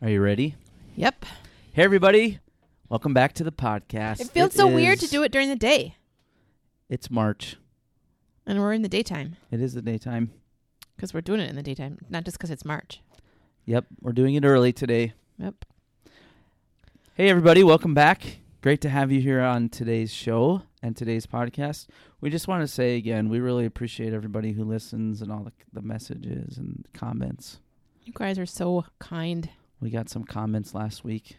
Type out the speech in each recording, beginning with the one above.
Are you ready? Yep. Hey, everybody. Welcome back to the podcast. It feels so weird to do it during the day, It's March. and we're in the daytime It is the daytime. because we're doing it in the daytime, not just because it's March. Yep, we're doing it early today. Yep. Hey, everybody. Welcome back. Great to have you here on today's show and today's podcast. We just want to say again, we really appreciate everybody who listens and all the, the messages and comments. You guys are so kind. We got some comments last week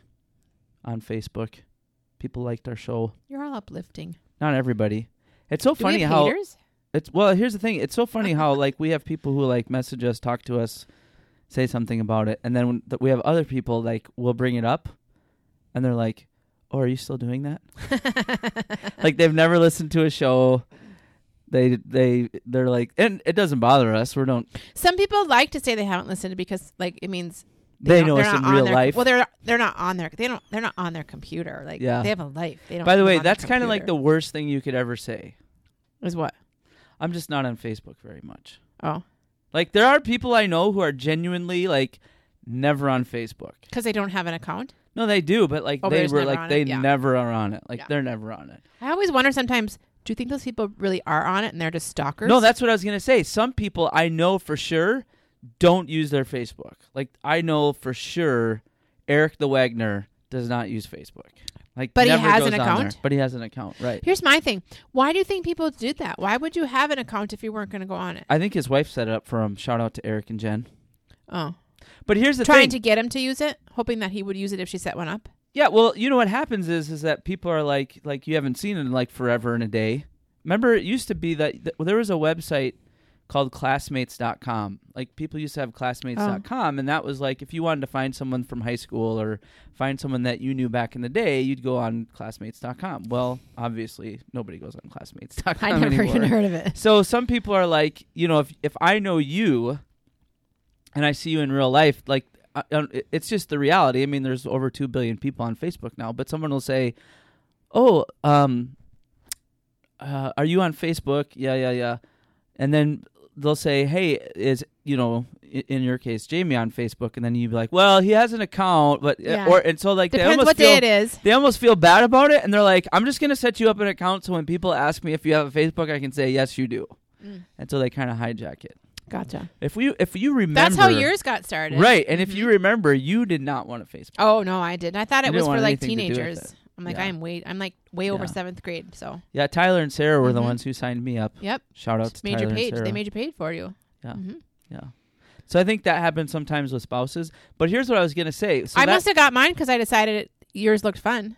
on Facebook. People liked our show. You're all uplifting. Not everybody. It's so Do funny we have how haters? It's well. Here's the thing. It's so funny how like we have people who like message us, talk to us, say something about it, and then when- th- we have other people like we'll bring it up, and they're like, "Oh, are you still doing that?" Uh. like they've never listened to a show. They they they're like, and it doesn't bother us. We don't. Some people like to say they haven't listened because, like, it means They, don't- know they're us not in on real their, life. Well, they're they're not on their they don't they're not on their computer. Like, Yeah. they have a life. They don't. By the live way, on their that's kind of like the computer. worst thing you could ever say. is what. I'm just not on Facebook very much. Oh, Like there are people I know who are genuinely like never on Facebook. because they don't have an account. No, they do, but like Oh, but they it's were never like on they it, yeah. never are on it. Like Yeah. they're never on it. I always wonder sometimes. Do you think those people really are on it and they're just stalkers? No, that's what I was gonna say. Some people I know for sure don't use their Facebook. Like I know for sure Eric the Wagner does not use Facebook. Like But he never has an goes on there. account? But he has an account, right? Here's my thing. Why do you think people do that? Why would you have an account if you weren't going to go on it? I think his wife set it up for him. Shout out to Eric and Jen. Oh, But here's the trying thing. to get him to use it, hoping that he would use it if she set one up. yeah, well, you know what happens is is that people are like like you haven't seen it in like forever and a day. Remember it used to be that th- there was a website called classmates.com. Like people used to have Oh. classmates.com and that was like if you wanted to find someone from high school or find someone that you knew back in the day, you'd go on classmates.com. Well, obviously nobody goes on classmates.com I never anymore. even heard of it. So some people are like, you know, if if I know you, and I see you in real life, like I, I don't- it's just the reality. I mean, there's over two billion people on Facebook now, but someone will say, "Oh, um, uh, are you on Facebook? Yeah, yeah, yeah," and then they'll say, "Hey, is you know." i- In your case, Jamie on Facebook, and then you'd be like, "Well, he has an account, but uh, Yeah. or and so like they Depends almost what feel, day it is. they almost feel bad about it and they're like i'm just going to set you up an account so when people ask me if you have a facebook i can say yes you do Mm. and so they kind of hijack it Gotcha. if you if you remember That's how yours got started, Mm-hmm. right and if you remember you did not want a facebook Oh no, I did. I thought You it didn't was for want like anything to do with it. teenagers. I'm like, Yeah. I am way. I'm like way over Yeah. seventh grade. So yeah tyler and sarah were the Mhm. ones who signed me up yep, shout out to major tyler page. and sarah They made you paid for you. Yeah. hmm yeah so i think that happens sometimes with spouses but here's what i was going to say so I that- must have got mine because I decided it, yours looked fun.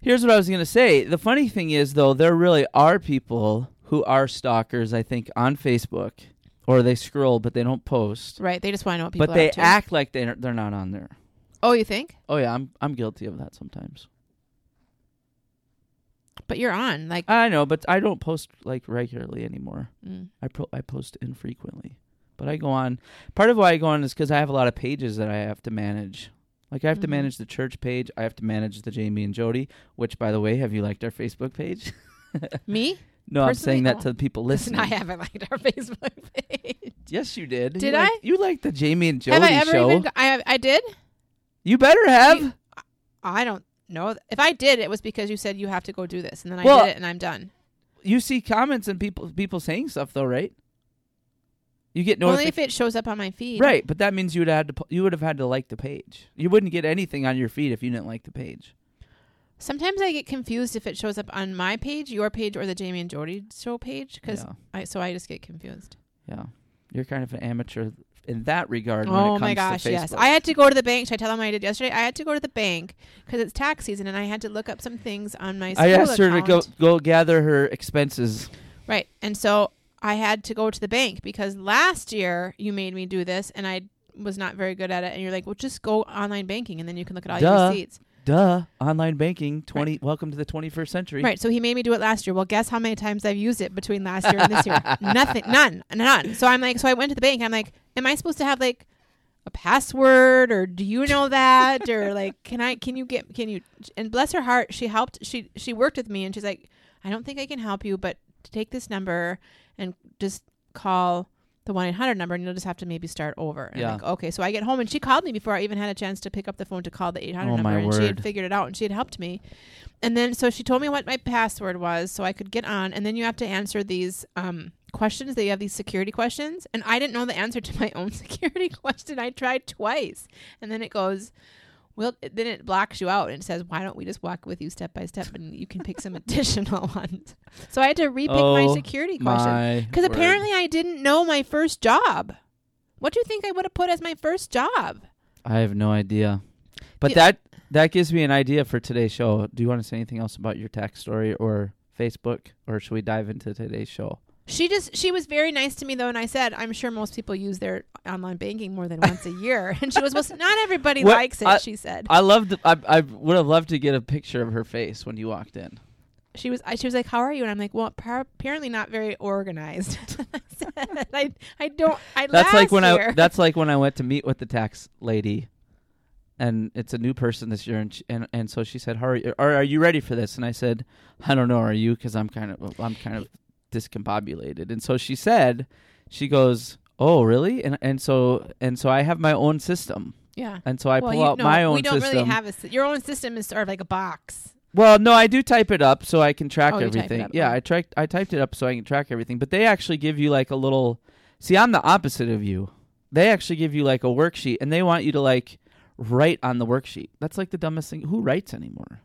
Here's what I was going to say. The funny thing is, though, there really are people who are stalkers, I think, on Facebook, or they scroll, but they don't post. Right? They just want to know what people. but are they up to. act like they're, they're not on there. Oh, you think? Oh, yeah, I'm, I'm guilty of that sometimes. But you're on. Like, I know, but I don't post like regularly anymore. mm. I, pro- I post infrequently. But I go on. Part of why I go on is because I have a lot of pages that I have to manage. Like, I have to Mhm. manage the church page, I have to manage the Jamie and Jody, which, by the way, have you liked our Facebook page? me? no, I'm Personally, saying that no. to the people Listen, listening. I haven't liked our Facebook page. Yes, you did. Did you I? Like, you like the Jamie and Jody have I ever show? even? go- I have, I did. you better have. You- I don't know. If I did, it was because you said you have to go do this, and then I Well- did it, and I'm done. You see comments and people people saying stuff though, right? You get Only notifications, if it shows up on my feed. right? But that means you would have had to pu- you would have had to like the page. You wouldn't get anything on your feed if you didn't like the page. Sometimes I get confused if it shows up on my page, your page, or the Jamie and Jody show page, because yeah, I so I just get confused. yeah, you're kind of an amateur in that regard. when it Oh comes my gosh! to Facebook. Yes, I had to go to the bank. Should I tell them what I did yesterday? I had to go to the bank because it's tax season, and I had to look up some things on my. School I asked her to go account. go gather her expenses. Right, and so I had to go to the bank because last year you made me do this, and I was not very good at it. And you're like, "Well, just go online banking, and then you can look at all Duh. your receipts." Duh, online banking. Twenty. Welcome to the 21st century. Right. So he made me do it last year. Well, guess how many times I've used it between last year and this year? Nothing. None. None. So I'm like, so I went to the bank. I'm like, am I supposed to have like a password or do you know that or like can I can you get can you and bless her heart she helped she she worked with me and she's like I don't think I can help you but take this number and just call the 1 800 number and you'll just have to maybe start over. And I'm Yeah. like, okay. So I get home and she called me before I even had a chance to pick up the phone to call the 800 Oh, number. my And she had word. figured it out and she had helped me. And then so she told me what my password was so I could get on. And then you have to answer these um, questions. They have these security questions. And I didn't know the answer to my own security question. I tried twice. And then it goes, well, then it blocks you out and says, why don't we just walk with you step by step and you can pick some additional ones. So I had to repick my Oh, security question. My Because word. apparently I didn't know my first job. What do you think I would have put as my first job? I have no idea. But Yeah. that that gives me an idea for today's show. Do you want to say anything else about your tax story or Facebook, or should we dive into today's show? She just she was very nice to me though, and I said I'm sure most people use their online banking more than once a year. And she was well, not everybody Well, likes it. I- she said I loved. I I would have loved to get a picture of her face when you walked in. she was I, she was like, "How are you?" And I'm like, "Well, par- apparently not very organized." I said, I I don't I That's last like when I. year. That's like when I went to meet with the tax lady, and it's a new person this year, and she, and and so she said, "How are you? Are, are you ready for this?" And I said, "I don't know. Are you? Because I'm kind of I'm kind of discombobulated." And so she said, "She goes, oh really?" And and so and so I have my own system, yeah. and so I well, pull you out know, my own We don't system. really have a sy- your own system is sort of like a box. Well, no, I do type it up so I can track Oh, you type it everything. up, Yeah, okay. I tracked I typed it up so I can track everything. But they actually give you like a little See, I'm the opposite of you. They actually give you like a worksheet and they want you to like write on the worksheet. That's like the dumbest thing. Who writes anymore?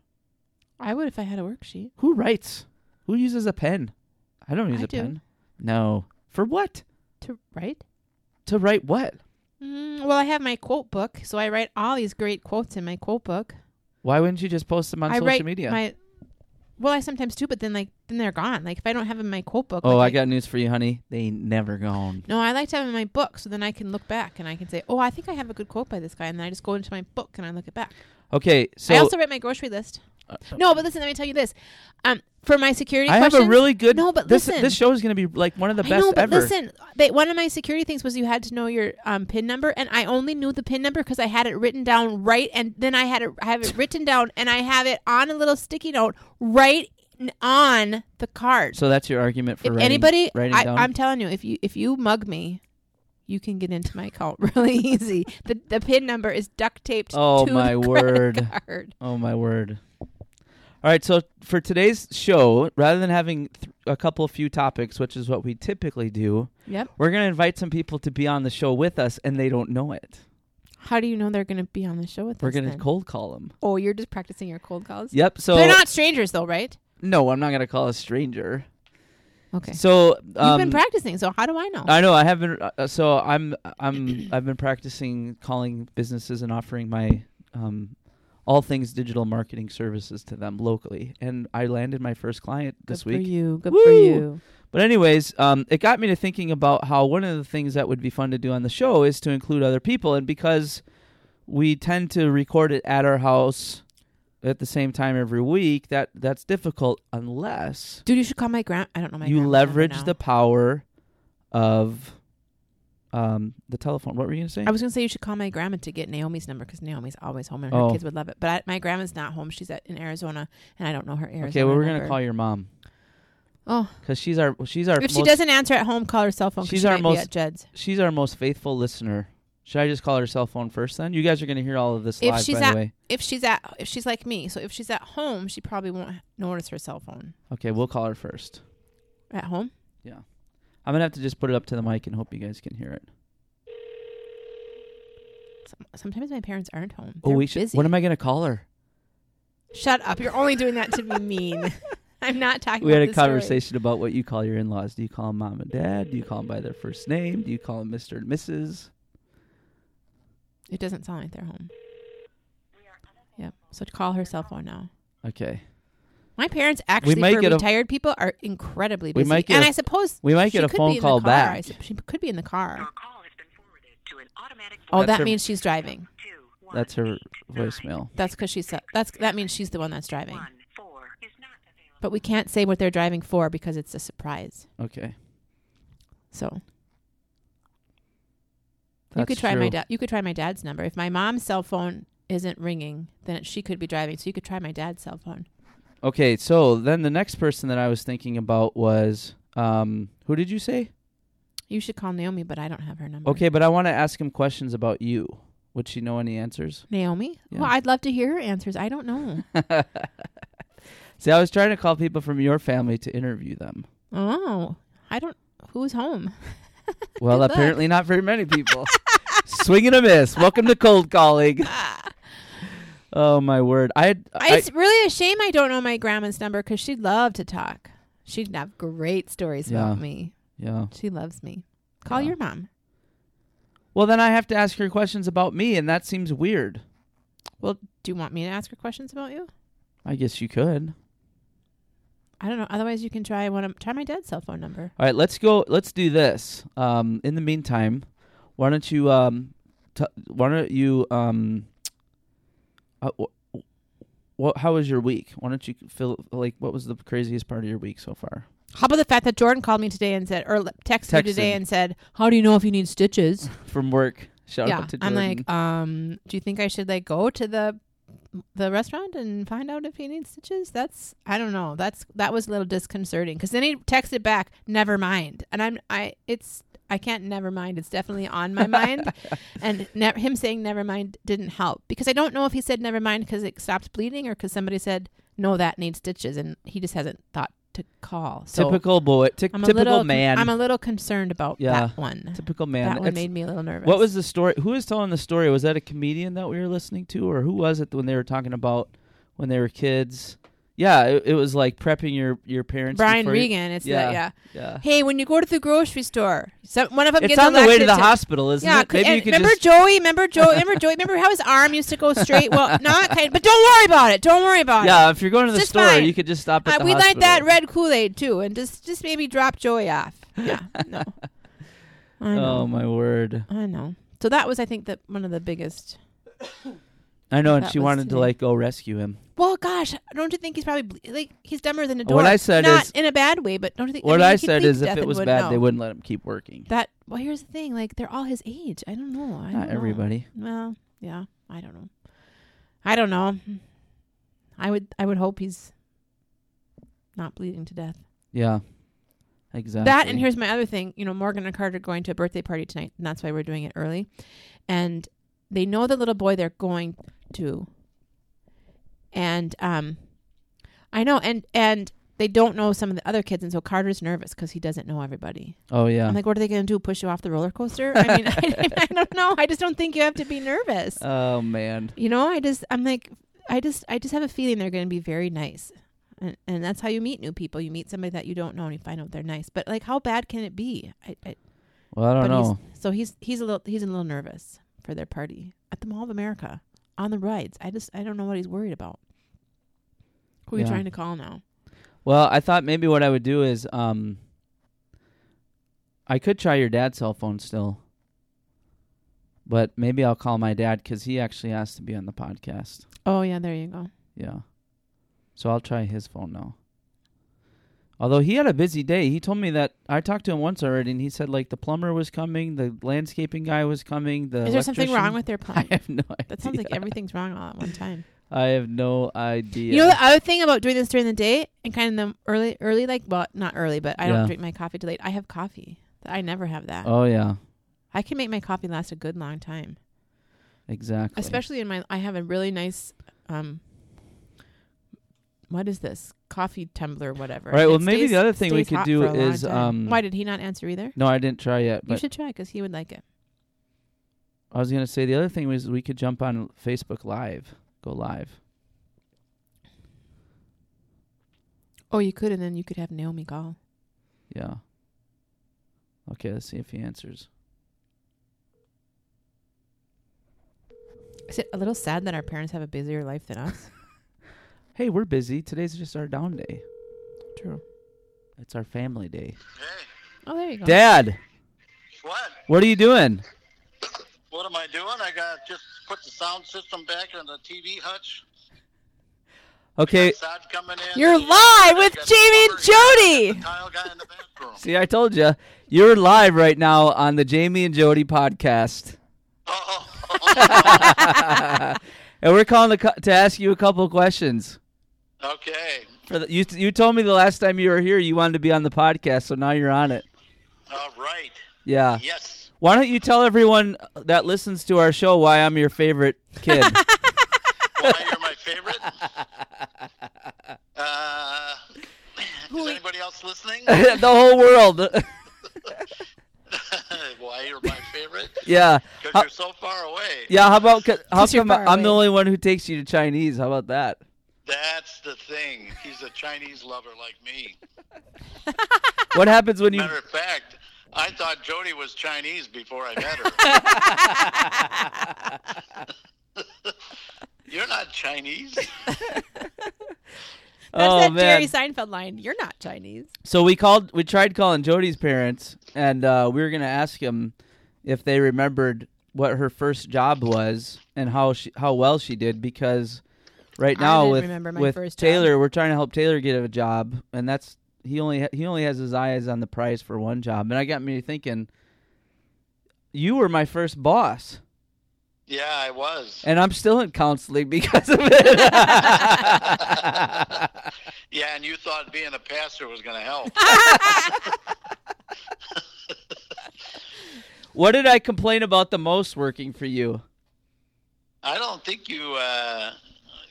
I would if I had a worksheet. Who writes? Who uses a pen? I don't use I a do. pen. No. For what? To write To write what? Mm, well, I have my quote book, so I write all these great quotes in my quote book. Why wouldn't you just post them on I social write media? my. Well, I sometimes do, but then like then they're gone. Like if I don't have 'em in my quote book. oh, I like, got news for you, honey. They ain't never gone. No, I like to have 'em in my book, so then I can look back and I can say, "Oh, I think I have a good quote by this guy," and then I just go into my book and I look it back. Okay, so I also write my grocery list. Uh, No, but listen, let me tell you this. Um, for my security, I have a questions- really good No, but this listen. this show is going to be like one of the I best know, but ever. listen, they, one of my security things was you had to know your um, pin number, and I only knew the pin number because I had it written down right, and then I had it, I have it written down, and I have it on a little sticky note right n- on the card. So that's your argument for if writing, anybody, writing I, down. I'm telling you, if you if you mug me, you can get into my account really easy. The the pin number is duct taped. Oh, to my the credit word. Card. oh my word! All right, so for today's show, rather than having th- a couple few topics, which is what we typically do, Yep. we're going to invite some people to be on the show with us, and they don't know it. How do you know they're going to be on the show with We're us? going to then? cold call them. oh, you're just practicing your cold calls. Yep. So They're not strangers though, right? no, I'm not going to call a stranger. Okay. So You've um, been practicing, so how do I know? I know I have been. Uh, so I'm I'm I've been practicing calling businesses and offering my um, all things digital marketing services to them locally, and I landed my first client this Good week. for you. Good for Woo! you. But anyways, um, it got me to thinking about how one of the things that would be fun to do on the show is to include other people, and because we tend to record it at our house at the same time every week, that that's difficult unless Dude, you should call my grand. I don't know my. you grandma's leverage number the power of um, the telephone. What were you gonna say? now. I was gonna say you should call my grandma to get Naomi's number because Naomi's always home and her Oh. kids would love it. But I, my grandma's not home; she's at, in Arizona, and I don't know her Arizona. okay, well, we're gonna number. call your mom Oh, because she's our she's our if most, she doesn't answer at home, call her cell phone. 'cause She's she our might most- be at Jed's. she's our most faithful listener. Should I just call her cell phone first? Then you guys are gonna hear all of this If live. she's by at- the way, If she's at, if she's like me, so if she's at home, she probably won't notice her cell phone okay, we'll call her first. at home. I'm gonna have to just put it up to the mic and hope you guys can hear it. Some- Sometimes my parents aren't home. oh, They're we should. busy. When am I gonna call her? Shut up! You're only doing that to be mean. I'm not talking. We had about a this story. conversation about what you call your in-laws. Do you call them mom and dad? Do you call them by their first name? Do you call them Mister and Mrs.? It doesn't sound like they're home. Yep. So to call her cell phone now. Okay, My parents actually, might for get a- retired people, are incredibly We busy. might get and a- I suppose we might she get a could be phone in call the car. I back. sup- she could be in the car. Your call has been forwarded to an automatic Oh, That's that her- means she's driving. two, one, That's her eight, voicemail. That's because she's that's that means she's the one that's driving. One, four is not available. But we can't say what they're driving for because it's a surprise. Okay, So that's you could try true. my dad. You could try my dad's number. If my mom's cell phone isn't ringing, then it, she could be driving. So you could try my dad's cell phone. Okay, so then the next person that I was thinking about was um, who did you say? You should call Naomi, but I don't have her number. Okay, but I want to ask him questions about you. Would she know any answers? Naomi? Yeah. Well, I'd love to hear her answers. I don't know. See, I was trying to call people from your family to interview them. oh, I don't. Who's home? Well, luck. apparently not very many people. Swing and a miss. Welcome to cold calling. oh my word! I, had- I, I it's really a shame I don't know my grandma's number because she'd love to talk. She'd have great stories about Yeah. me. yeah. She loves me. Call Yeah. your mom. Well, then I have to ask her questions about me, and that seems weird. Well, do you want me to ask her questions about you? I guess you could. I don't know. Otherwise, you can try one. Of, try my dad's cell phone number. All right, let's go. Let's do this. Um, in the meantime, why don't you um, t- why don't you um, uh, wh- what? How was your week? Why don't you feel like what was the craziest part of your week so far? How about the fact that Jordan called me today and said, or le- texted me today Texted. and said, "How do you know if you need stitches?" From work. Shout yeah, out to I'm Jordan. like, um, do you think I should like go to the the restaurant and find out if he needs stitches? That's I don't know. That's that was a little disconcerting because then he texted back, "Never mind," and I'm I it's I can't never mind. It's definitely on my mind, and ne- him saying never mind didn't help because I don't know if he said never mind because it stopped bleeding or because somebody said no that needs stitches and he just hasn't thought to call. So typical boy. Ty- I'm a typical little man. I'm a little concerned about Yeah. that one. typical man. That one It's- made me a little nervous. What was the story? Who was telling the story? Was that a comedian that we were listening to, or who was it when they were talking about when they were kids? Yeah, it, it was like prepping your your parents. Brian before you- Regan. It's Yeah. that, yeah. yeah, Hey, when you go to the grocery store, some, one of them it's gets on the way to elected the hospital, isn't Yeah, it? c- and remember Joey? Remember Joey? Remember Joey? Remember how his arm used to go straight? Well, not kind, but don't worry about it. Don't worry about it. yeah, if you're going to the It's just store, fine. you could just stop at Uh, the we hospital. like that red Kool Aid too, and just just maybe drop Joey off. Yeah, no, I Oh know, my word! I know. So that was, I think, that one of the biggest. I know, and That she was wanted to today. like go rescue him. Well, gosh, don't you think he's probably ble- like he's dumber than a door? What I said not is- in a bad way, but don't you think? What mean, I you could said think is, if Death it and was would bad, know. they wouldn't let him keep working. That well, here's the thing: like they're all his age. I don't know. I Not don't know. everybody. Well, yeah, I don't know. I don't know. I would, I would hope he's not bleeding to death. Yeah, exactly. That and here's my other thing. You know, Morgan and Carter are going to a birthday party tonight, and that's why we're doing it early. And they know the little boy they're going to. And um, I know, and and they don't know some of the other kids, and so Carter's nervous because he doesn't know everybody. Oh yeah. I'm like, what are they going to do? Push you off the roller coaster? I mean, I, I don't know. I just don't think you have to be nervous. oh man. You know, I just, I'm like, I just, I just have a feeling they're going to be very nice. And, and that's how you meet new people. You meet somebody that you don't know and you find out they're nice. But like, how bad can it be? I, I, Well, I but don't know. He's, so he's, he's a little, he's a little nervous for their party at the Mall of America on the rides. I just, I don't know what he's worried about. Who are you Yeah. trying to call now? Well, I thought maybe what I would do is um I could try your dad's cell phone still. But maybe I'll call my dad cuz he actually has to be on the podcast. Oh yeah, there you go. Yeah. So I'll try his phone now. Although he had a busy day. He told me that I talked to him once already and he said like the plumber was coming, the landscaping guy was coming, the Is there something wrong electrician- with their I plan? have no idea. That sounds like everything's wrong all at one time. I have no idea. You know the other thing about doing this during the day and kind of the early, early like well, not early, but I Yeah. don't drink my coffee till late. I have coffee. I never have that. oh yeah. I can make my coffee last a good long time, Exactly. especially in my. I have a really nice, um, what is this coffee tumbler, whatever. All right, well, It maybe stays- the other thing we stays could hot do for a long is, time. um, why did he not answer either? No, I didn't try yet, You but should try because he would like it. I was gonna say the other thing was we could jump on Facebook Live, go live. Oh, you could, and then you could have Naomi call. Yeah. Okay, let's see if he answers. Is it a little sad that our parents have a busier life than us? Hey, we're busy. Today's just our down day. True. It's our family day. Hey, Oh, there you go. Dad, what? what are you doing? What am I doing? I got just put the sound system back on the TV hutch. Okay, Got Sod coming in. You're The- live with got the Jamie and plumber, Jody. you got The tile guy in the bathroom. see, I told you, you're live right now on the Jamie and Jody podcast, Oh, oh, oh, and we're calling to, cu- to ask you a couple of questions. oh. okay. For the, you, you told me the last time you were here you wanted to be on the podcast, so now you're on it. All right. Yeah. Yes. Why don't you tell everyone that listens to our show why I'm your favorite kid? Why you're my favorite? Uh, is anybody else listening? the whole world. Why you're my favorite? yeah. Because How- you're so far away. yeah, how about how 'Cause you're come far I'm the away. only one who takes you to Chinese? How about that? That's the thing. He's a Chinese lover like me. What happens when you Matter of fact, I thought Jody was Chinese before I met her. You're not Chinese. That's Oh that man. Jerry Seinfeld line. You're not Chinese. So we called we tried calling Jody's parents and uh, we were going to ask him if they remembered what her first job was and how she how well she did because right I now didn't with remember my with first job. Taylor we're trying to help Taylor get a job and that's he only ha- he only has his eyes on the prize for one job and I got me thinking you were my first boss Yeah, I was. and I'm still in counseling because of it. Yeah, and you thought being a pastor was going to help. what did I complain about the most working for you? I don't think you. Uh,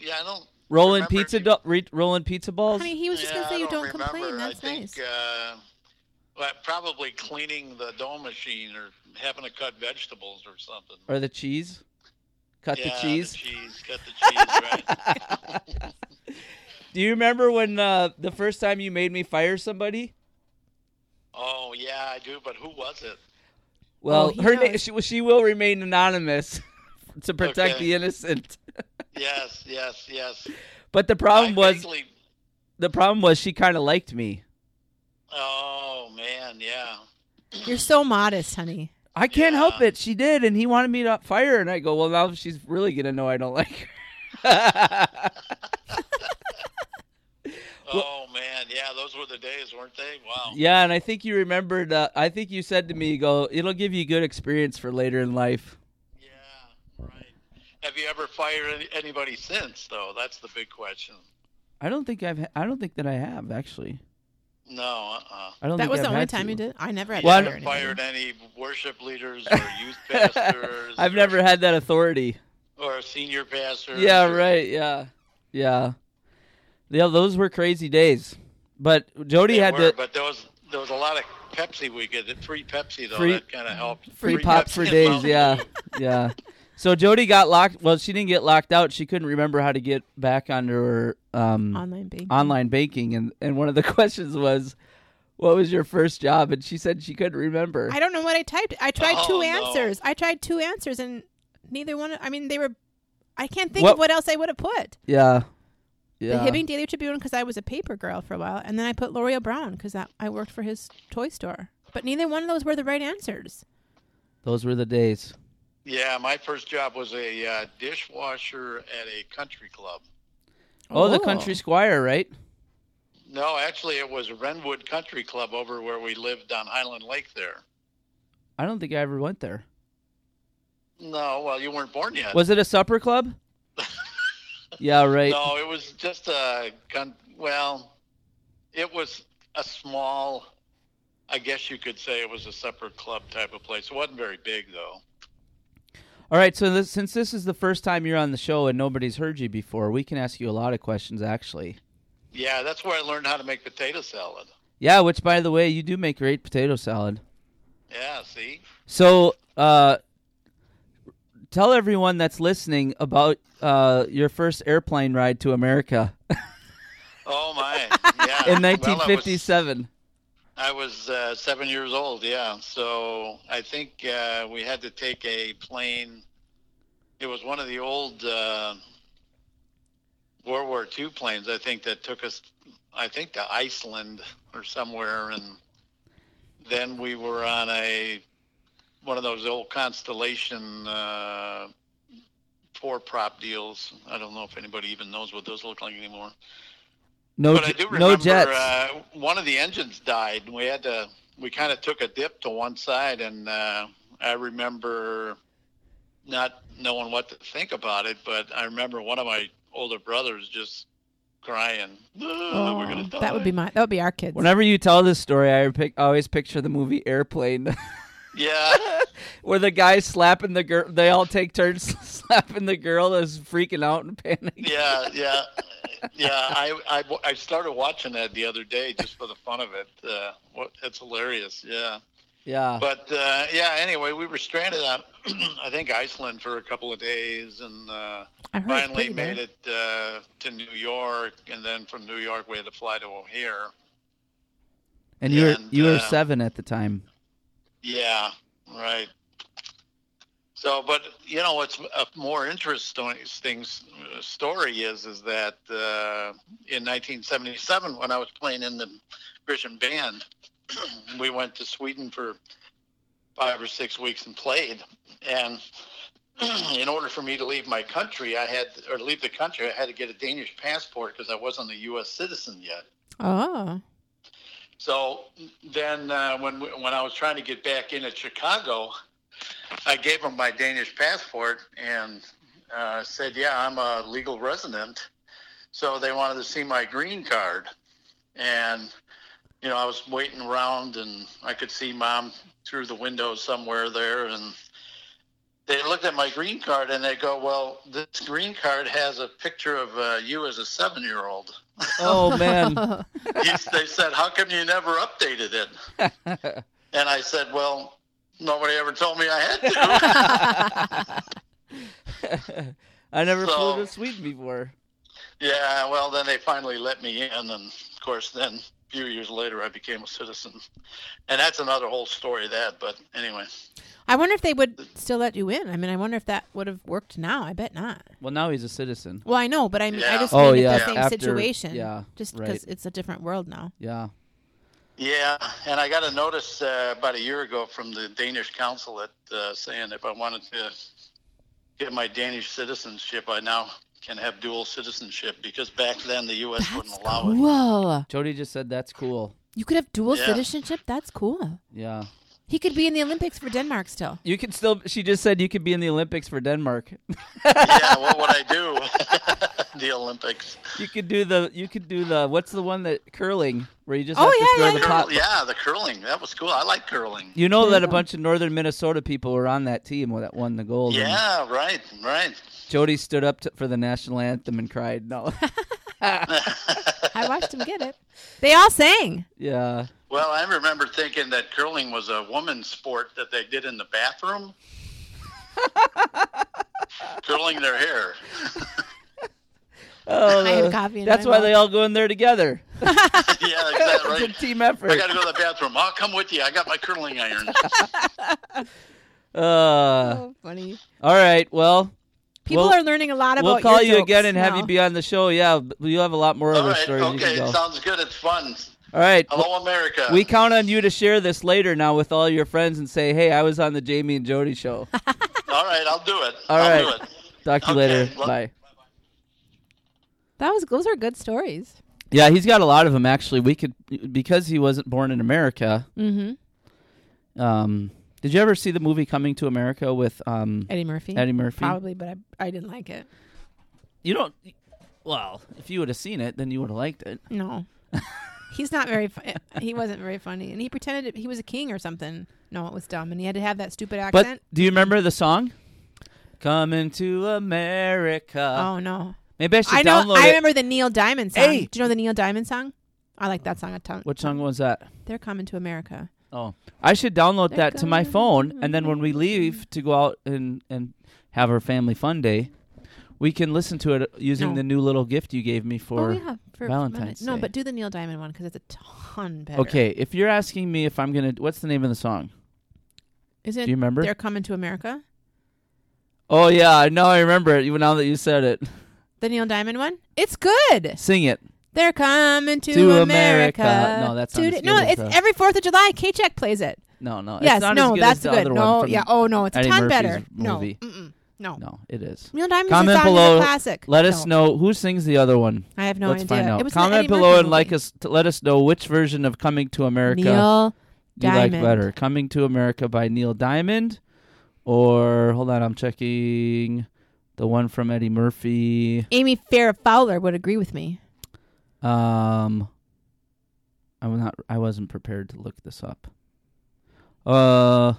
yeah, I don't. Rolling remember pizza, if do- re- rolling pizza balls. Honey, he was just Yeah, gonna say I you don't remember. complain. I That's think, nice. Uh, well, probably cleaning the dough machine or having to cut vegetables or something. or the cheese. Cut yeah, the cheese. The cheese. Cut the cheese. Right. Do you remember when uh, the first time you made me fire somebody? oh yeah, I do. But who was it? Well, he her name knows. she, well, she will remain anonymous to protect Okay. the innocent. Yes, yes, yes. But the problem I was vaguely- the problem was she kind of liked me. Oh man, yeah. uh, You're so modest, honey. I can't help Yeah. it. She did, and he wanted me to fire, her, and I go, well, now she's really gonna know I don't like her. Oh man, yeah. Those were the days, weren't they? Wow. yeah, and I think you remembered. Uh, I think you said to me, you "Go, it'll give you good experience for later in life." Yeah, right. Have you ever fired any, anybody since, though? That's the big question. I don't think I've. ha- I don't think that I have actually. No, uh-uh. I don't. That think was I've the only had time to. you did. I never had Well, to I You fire ever anybody. fired any worship leaders or youth pastors? I've or- never had that authority. Or senior pastors. Yeah, or- right. Yeah, yeah, yeah. Those were crazy days. But Jody They had were, to but there was there was a lot of Pepsi we could free Pepsi though Free- that kind of helped. free pop Pepsi for and days. Mountain Yeah, Dew. yeah. So Jody got locked. Well, she didn't get locked out. She couldn't remember how to get back onto her um, Online banking. online banking, and and one of the questions was, "What was your first job?" And she said she couldn't remember. I don't know what I typed. I tried two Oh, no. answers. I tried two answers, and neither one. I mean, they were. I can't think What- of what else I would have put. yeah, yeah. The Hibbing Daily Tribune because I was a paper girl for a while, and then I put L'Oreal Brown because I worked for his toy store. But neither one of those were the right answers. Those were the days. Yeah, my first job was a uh, dishwasher at a country club. Oh, the Oh. country squire, right? No, actually, it was Renwood Country Club over where we lived on Highland Lake there. I don't think I ever went there. No, well, you weren't born yet. Was it a supper club? yeah, right. No, it was just a gun. Well, it was a small. I guess you could say it was a separate club type of place. It wasn't very big though. All right, so this, since this is the first time you're on the show and nobody's heard you before, we can ask you a lot of questions, actually. Yeah, that's where I learned how to make potato salad. Yeah, which, by the way, you do make great potato salad. Yeah, see. So, uh, tell everyone that's listening about uh, your first airplane ride to America Oh my! Yeah. in Well, I was- 1957. I was uh, seven years old, yeah. So I think uh, we had to take a plane. It was one of the old uh, World War II planes, I think, that took us, I think, to Iceland or somewhere. And then we were on a one of those old Constellation uh, four prop deals. I don't know if anybody even knows what those look like anymore no, but I j- do no remember jets. Uh, one of the engines died, and we had to we kind of took a dip to one side, and uh, I remember not knowing what to think about it, but I remember one of my older brothers just crying. "Ah, we're Oh, gonna die. that would be my. That would be our kids. Whenever you tell this story, I, pic- I always picture the movie Airplane. Yeah. where the guy's slapping the girl. They all take turns slapping the girl that's freaking out in panic. Yeah, yeah, yeah. I, I, I started watching that the other day just for the fun of it. Uh, what, it's hilarious. Yeah, Yeah. but uh, yeah. Anyway, we were stranded on, I think Iceland for a couple of days, and uh, I heard it's finally pretty there. made it uh, to New York, and then from New York we had to fly to O'Hare. And you were and, you were uh, seven at the time. Yeah, right. So, but you know what's a more interesting uh, story is is that uh, in 1977, when I was playing in the Christian band, we went to Sweden for five or six weeks and played. And in order for me to leave my country, I had or leave the country, I had to get a Danish passport because I wasn't a U.S. citizen yet. Oh, So then, uh, when we- when I was trying to get back in at Chicago, I gave him my Danish passport and uh, said, "Yeah, I'm a legal resident." So they wanted to see my green card, and you know I was waiting around, and I could see mom through the window somewhere there, and they looked at my green card and they go, "Well, this green card has a picture of uh, you as a seven-year-old." Oh man. he, they said, "How come you never updated it?" and I said, "Well, nobody ever told me I had Oh. to." I never So- flew to Sweden before. yeah, well, then they finally let me in, and of course, then a few years later, I became a citizen, and that's another whole story. That, but anyway, I wonder if they would still let you in. I mean, I wonder if that would have worked now. I bet not. Well, now he's a citizen. Well, I know, but I mean, I Yeah. just Oh, mean yeah, it's the same after- situation. yeah, just right. because it's a different world now. Yeah. yeah, and I got a notice uh, about a year ago from the Danish consulate uh, saying if I wanted to get my Danish citizenship, I now can have dual citizenship because back then the U.S. wouldn't allow it. Whoa, Jody just said that's cool. you could have dual Yeah. citizenship. That's cool. Yeah. He could be in the Olympics for Denmark still. You can still. She just said you could be in the Olympics for Denmark. yeah, what would I do? the Olympics. you could do the. You could do the. What's the one that curling where you just Oh, have to yeah, throw yeah, the yeah. top. Curl, yeah, the curling. That was cool. I like curling. You know that a Yeah. bunch of northern Minnesota people were on that team that won the gold. and Yeah, right, right. Jody stood up to, for the national anthem and cried. No. I watched him get it. They all sang. yeah. Well, I remember thinking that curling was a woman's sport that they did in the bathroom. curling their hair. Oh, I had coffee in that's my why mouth. they all go in there together. yeah, exactly It's a right. team I effort. got to go to the bathroom. I'll come with you. I got my curling iron. Uh, Oh, funny. all right. Well, People We'll- are learning a lot about. we'll call your you again jokes and have now. you be on the show. Yeah, b- you'll have a lot more All other right. stories you Okay. can go. Sounds good. It's fun. All right. Hello, America. We count on you to share this later now with all your friends and say, "Hey, I was on the Jamie and Jody show." All right. I'll do it. All I'll right. do it. Talk to you Okay, later. well- Bye. That was those are good stories. Yeah, he's got a lot of them actually. We could because he wasn't born in America. Mm-hmm. Um, did you ever see the movie Coming to America with um, Eddie Murphy. Eddie Murphy? Probably, but I, I didn't like it. You don't. Well, if you would have seen it, then you would have liked it. No. He's not very. Fu- eh, he wasn't very funny, and he pretended he was a king or something. No, it was dumb, and he had to have that stupid But accent. do you remember the song? Coming to America. oh no! Maybe I uh, should I know. download I it. remember the Neil Diamond song. Hey! Do you know the Neil Diamond song? I like that song a ton. what song was that? They're coming to America. Oh, I should download They're that to my coming phone, to and then when we leave to go out and and have our family fun day, we can listen to it using No. the new little gift you gave me for. oh yeah, for Valentine's No, Day. but do the Neil Diamond one because it's a ton better. Okay, if you're asking me if I'm gonna, what's the name of the song? Isn't Do you remember? They're coming to America. Oh yeah, I know I remember it. Even now that you said it, The Neil Diamond one. It's good. sing it. They're coming to, To America. America. No, that's not Today- as good no. as It's the- every Fourth of July. K-Check plays it. No, no, yes, it's not no, as good that's as the good. other no, one. from- yeah. Oh no, it's Eddie a ton Murphy's better. movie. No, mm-mm, no, No, it is. Neil Diamond's Comment song below. is a classic. Let us No, know who sings the other one. I have no Let's idea. find out. It was an Comment Eddie below Murphy and like movie. us. To let us know which version of "Coming to America" Neil you like Diamond. better. "Coming to America" by Neil Diamond, or hold on, I'm checking the one from Eddie Murphy. Amy Farrah Fowler would agree with me. Um, I'm not. I wasn't prepared to look this up. Uh,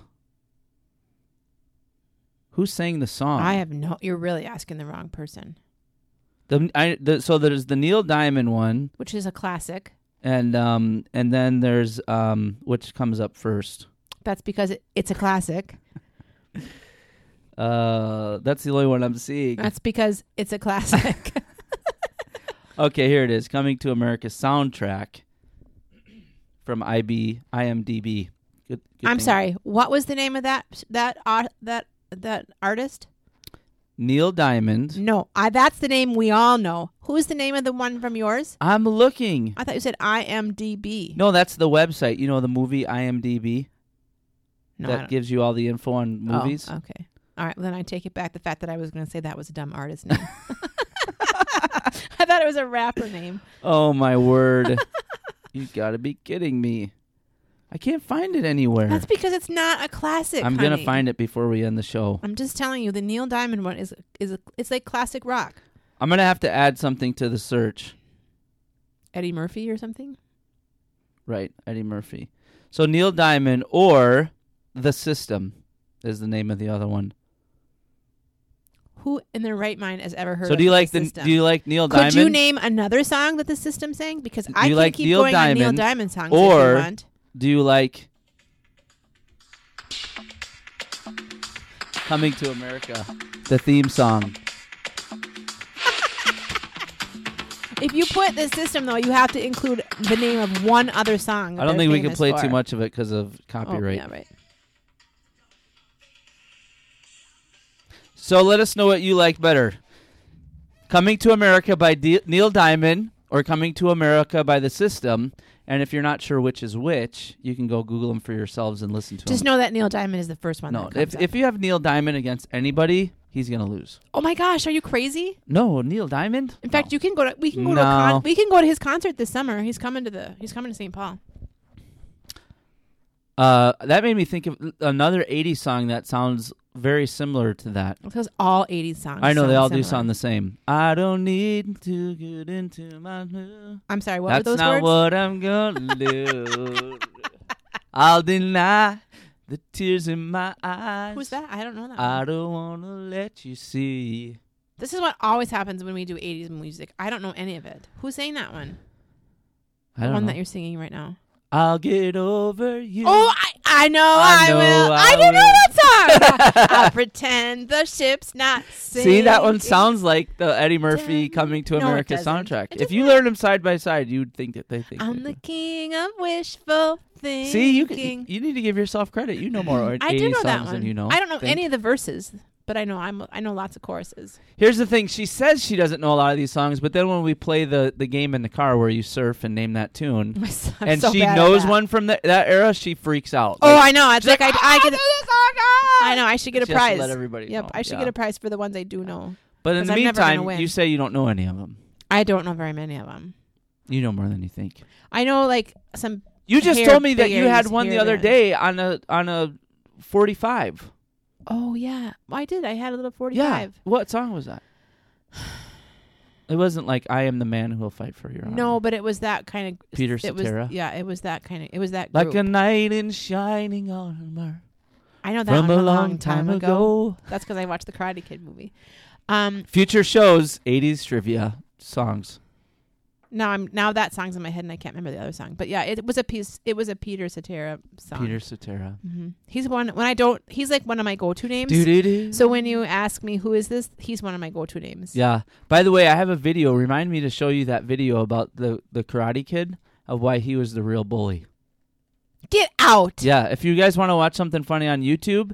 Who sang the song? I have no. You're really asking the wrong person. the, I, the so there's the Neil Diamond one, Which is a classic. and um and then there's um which comes up first. That's because it, it's a classic. Uh, that's the only one I'm seeing. That's because it's a classic. okay, here it is. Coming to America soundtrack from IB IMDb. Good, good I'm thing. sorry. What was the name of that that uh, that that artist? Neil Diamond. No, I, that's the name we all know. Who's the name of the one from yours? I'm looking. I thought you said IMDb. No, that's the website. You know the movie IMDb No, I that don't- gives you all the info on oh, movies. okay. All right. Well, then I take it back. The fact that I was going to say that was a dumb artist name. I thought it was a rapper name. oh my word! you got to be kidding me. I can't find it anywhere. That's because it's not a classic. I'm gonna honey. find it before we end the show. I'm just telling you, the Neil Diamond one is is a, it's like classic rock. I'm gonna have to add something to the search. Eddie Murphy or something. Right, Eddie Murphy. So Neil Diamond or The System is the name of the other one. Who in their right mind has ever heard? so of do you like the, system? do you like Neil Could Diamond? you name another song that the system sang? Because I you can like keep Neil going on Neil Diamond, Diamond songs or- if you want. do you like Coming to America? The theme song. If you put the system though, you have to include the name of one other song. that I don't they're think we can famous play for. too much of it because of Oh, copyright. yeah, right. So let us know what you like better. Coming to America by D- Neil Diamond or Coming to America by The System. And if you're not sure which is which, you can go Google them for yourselves and listen to Just them. know that Neil Diamond is the first one. No, that comes if, up. if you have Neil Diamond against anybody, he's going to lose. oh my gosh, are you crazy? No, Neil Diamond? In fact, No. you can go to we can go to a con- No. we can go to his concert this summer. He's coming to the he's coming to St. Paul. Uh, that made me think of another 80s song that sounds very similar to that. Because all '80s songs. I know sound they all do similar. sound the same. I don't need to get into my mood. I'm sorry. What That's were those not words? what I'm gonna do. I'll deny the tears in my eyes. Who's that? I don't know that. I one. don't wanna let you see. This is what always happens when we do '80s music. I don't know any of it. Who sang that one? I the don't one know. that you're singing right now. I'll get over you. Oh, I, I know. I I, know will. I I, didn't know that song. will. I'll pretend the ship's not sinking. see that one sounds like the Eddie Murphy Dun- "Coming to No, it America" doesn't. soundtrack. It If you doesn't. learned them side by side, you'd think that they think. I'm they the king of wishful do. thinking. see you. Can, you need to give yourself credit. You know more I 80s do know songs that one. than you know. I don't know think. any of the verses, but I know I'm. I know lots of choruses. Here's the thing: she says she doesn't know a lot of these songs, but then when we play the the game in the car where you surf and name that tune, Mm-hmm. I'm and so she bad at knows that. one from the, that era, she freaks out. Oh, Like, I know. It's she's like, like, I, I "Ah, get. this I know. I should get a she has to prize. let everybody yep, know. I should Yeah. get a prize for the ones I do know. But in 'cause the I'm never gonna meantime, win. you say you don't know any of them. I don't know very many of them. You know more than you think. I know like some. You just Hair told me that you figures, had one the hair other bands. day on a on a forty five. Oh yeah, I did. I had a little Yeah. forty-five. What song was that? It wasn't like I am the man who will fight for your honor. No, but it was that kind of Peter It was Cetera. yeah, it was that kind of. It was that Like group. a knight in shining armor I know that from one a long time ago. That's because I watched the Karate Kid movie. Um, Future shows, 80s trivia songs. now I'm now that song's in my head and I can't remember the other song. But yeah, it was a piece. It was a Peter Cetera song. Peter Cetera. hmm He's one when I don't. He's like one of my go-to names. Doo-doo-doo. So when you ask me who is this, he's one of my go-to names. yeah. By the way, I have a video. Remind me to show you that video about the, the Karate Kid of why he was the real bully. Get out Yeah. If you guys want to watch something funny on YouTube,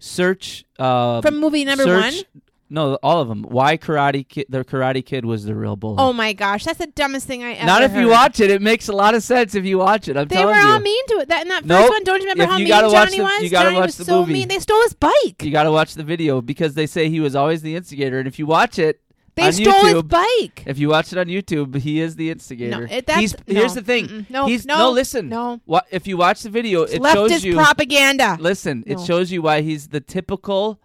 search. Uh, from movie number search- one. No, all of them. Why Karate Kid? The Karate Kid was the real bully. Oh my gosh, that's the dumbest thing I ever. Not if you heard. watch it. It makes a lot of sense if you watch it. I'm They were telling all you. mean to it. That in that Nope. first one, don't you remember If how you mean gotta watch Johnny the- was? you gotta Johnny watch was the so movie. mean. They stole his bike. You got to watch the video because they say he was always the instigator, and if you watch it They on stole his YouTube, bike. if you watch it on YouTube, he is the instigator. No, it- that's- He's- no, here's the thing. mm-mm, no, He's- no, listen. no. Wha- if you watch the video, it shows Leftist you. propaganda. listen, it No. shows you why he's the typical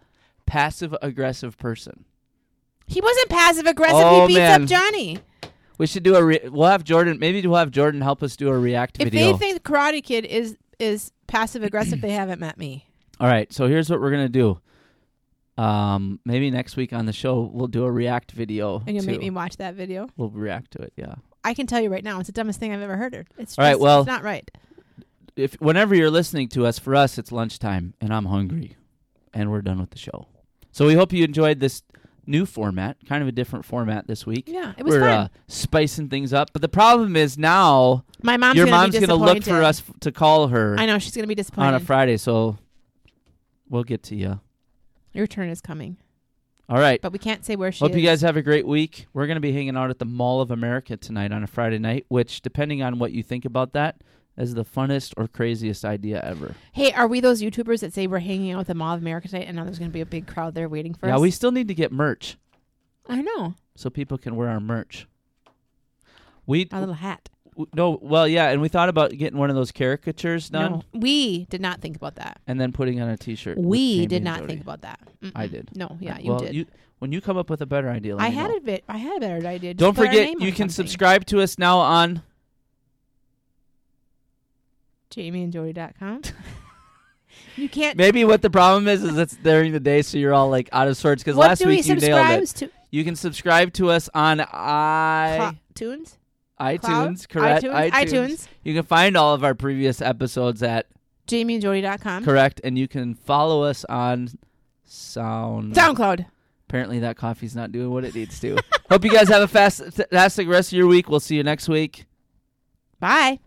passive aggressive person. He wasn't passive aggressive. Oh, he beats man. up Johnny. We should do a. Re- we'll have Jordan. Maybe we'll have Jordan help us do a react If video. they think Karate Kid is is passive aggressive, they haven't met me. All right, so here's what we're gonna do. Um, maybe next week on the show we'll do a react video. And you'll too. make me watch that video. We'll react to it. Yeah. I can tell you right now, it's the dumbest thing I've ever heard. It. It's All right, just- well- it's not right. If whenever you're listening to us, for us it's lunchtime, and I'm hungry, and we're done with the show. So we hope you enjoyed this new format, kind of a different format this week. Yeah, it was we're fun. Uh, spicing things up, but the problem is now My mom's your gonna mom's be gonna look for disappointed. us f- to call her I know she's gonna be disappointed. on a Friday. So we'll get to you. Your turn is coming, All right. but we can't say where she Hope is. you guys have a great week. We're going to be hanging out at the Mall of America tonight on a Friday night, which, depending on what you think about that, is the funnest or craziest idea ever. hey, are we those YouTubers that say we're hanging out with the Mall of America tonight, and now there's gonna be a big crowd there waiting for Now, us? we still need to get merch I know so people can wear our merch. We our little hat. w- no, well, yeah, and we thought about getting one of those caricatures done No, we did not think about that. and then putting on a T-shirt. with We Jamie did and not Jody. think about that. Mm-mm. I did. No, yeah, Uh, you well, did. when you come up with a better idea, let I me had know. a bit. I had a better idea. Just Don't put our forget, name you on can something. subscribe to us now on JamieandJody.com. you can't. Maybe what the problem is is it's during the day, so you're all like out of sorts. Because what last do we week you nailed subscribe it. to? You can subscribe to us on i Tunes. iTunes, correct? iTunes, iTunes. You can find all of our previous episodes at JamieandJody.com. correct, and you can follow us on Sound. SoundCloud. Apparently, that coffee's not doing what it needs to. Hope you guys have a fast, fantastic rest of your week. We'll see you next week. Bye.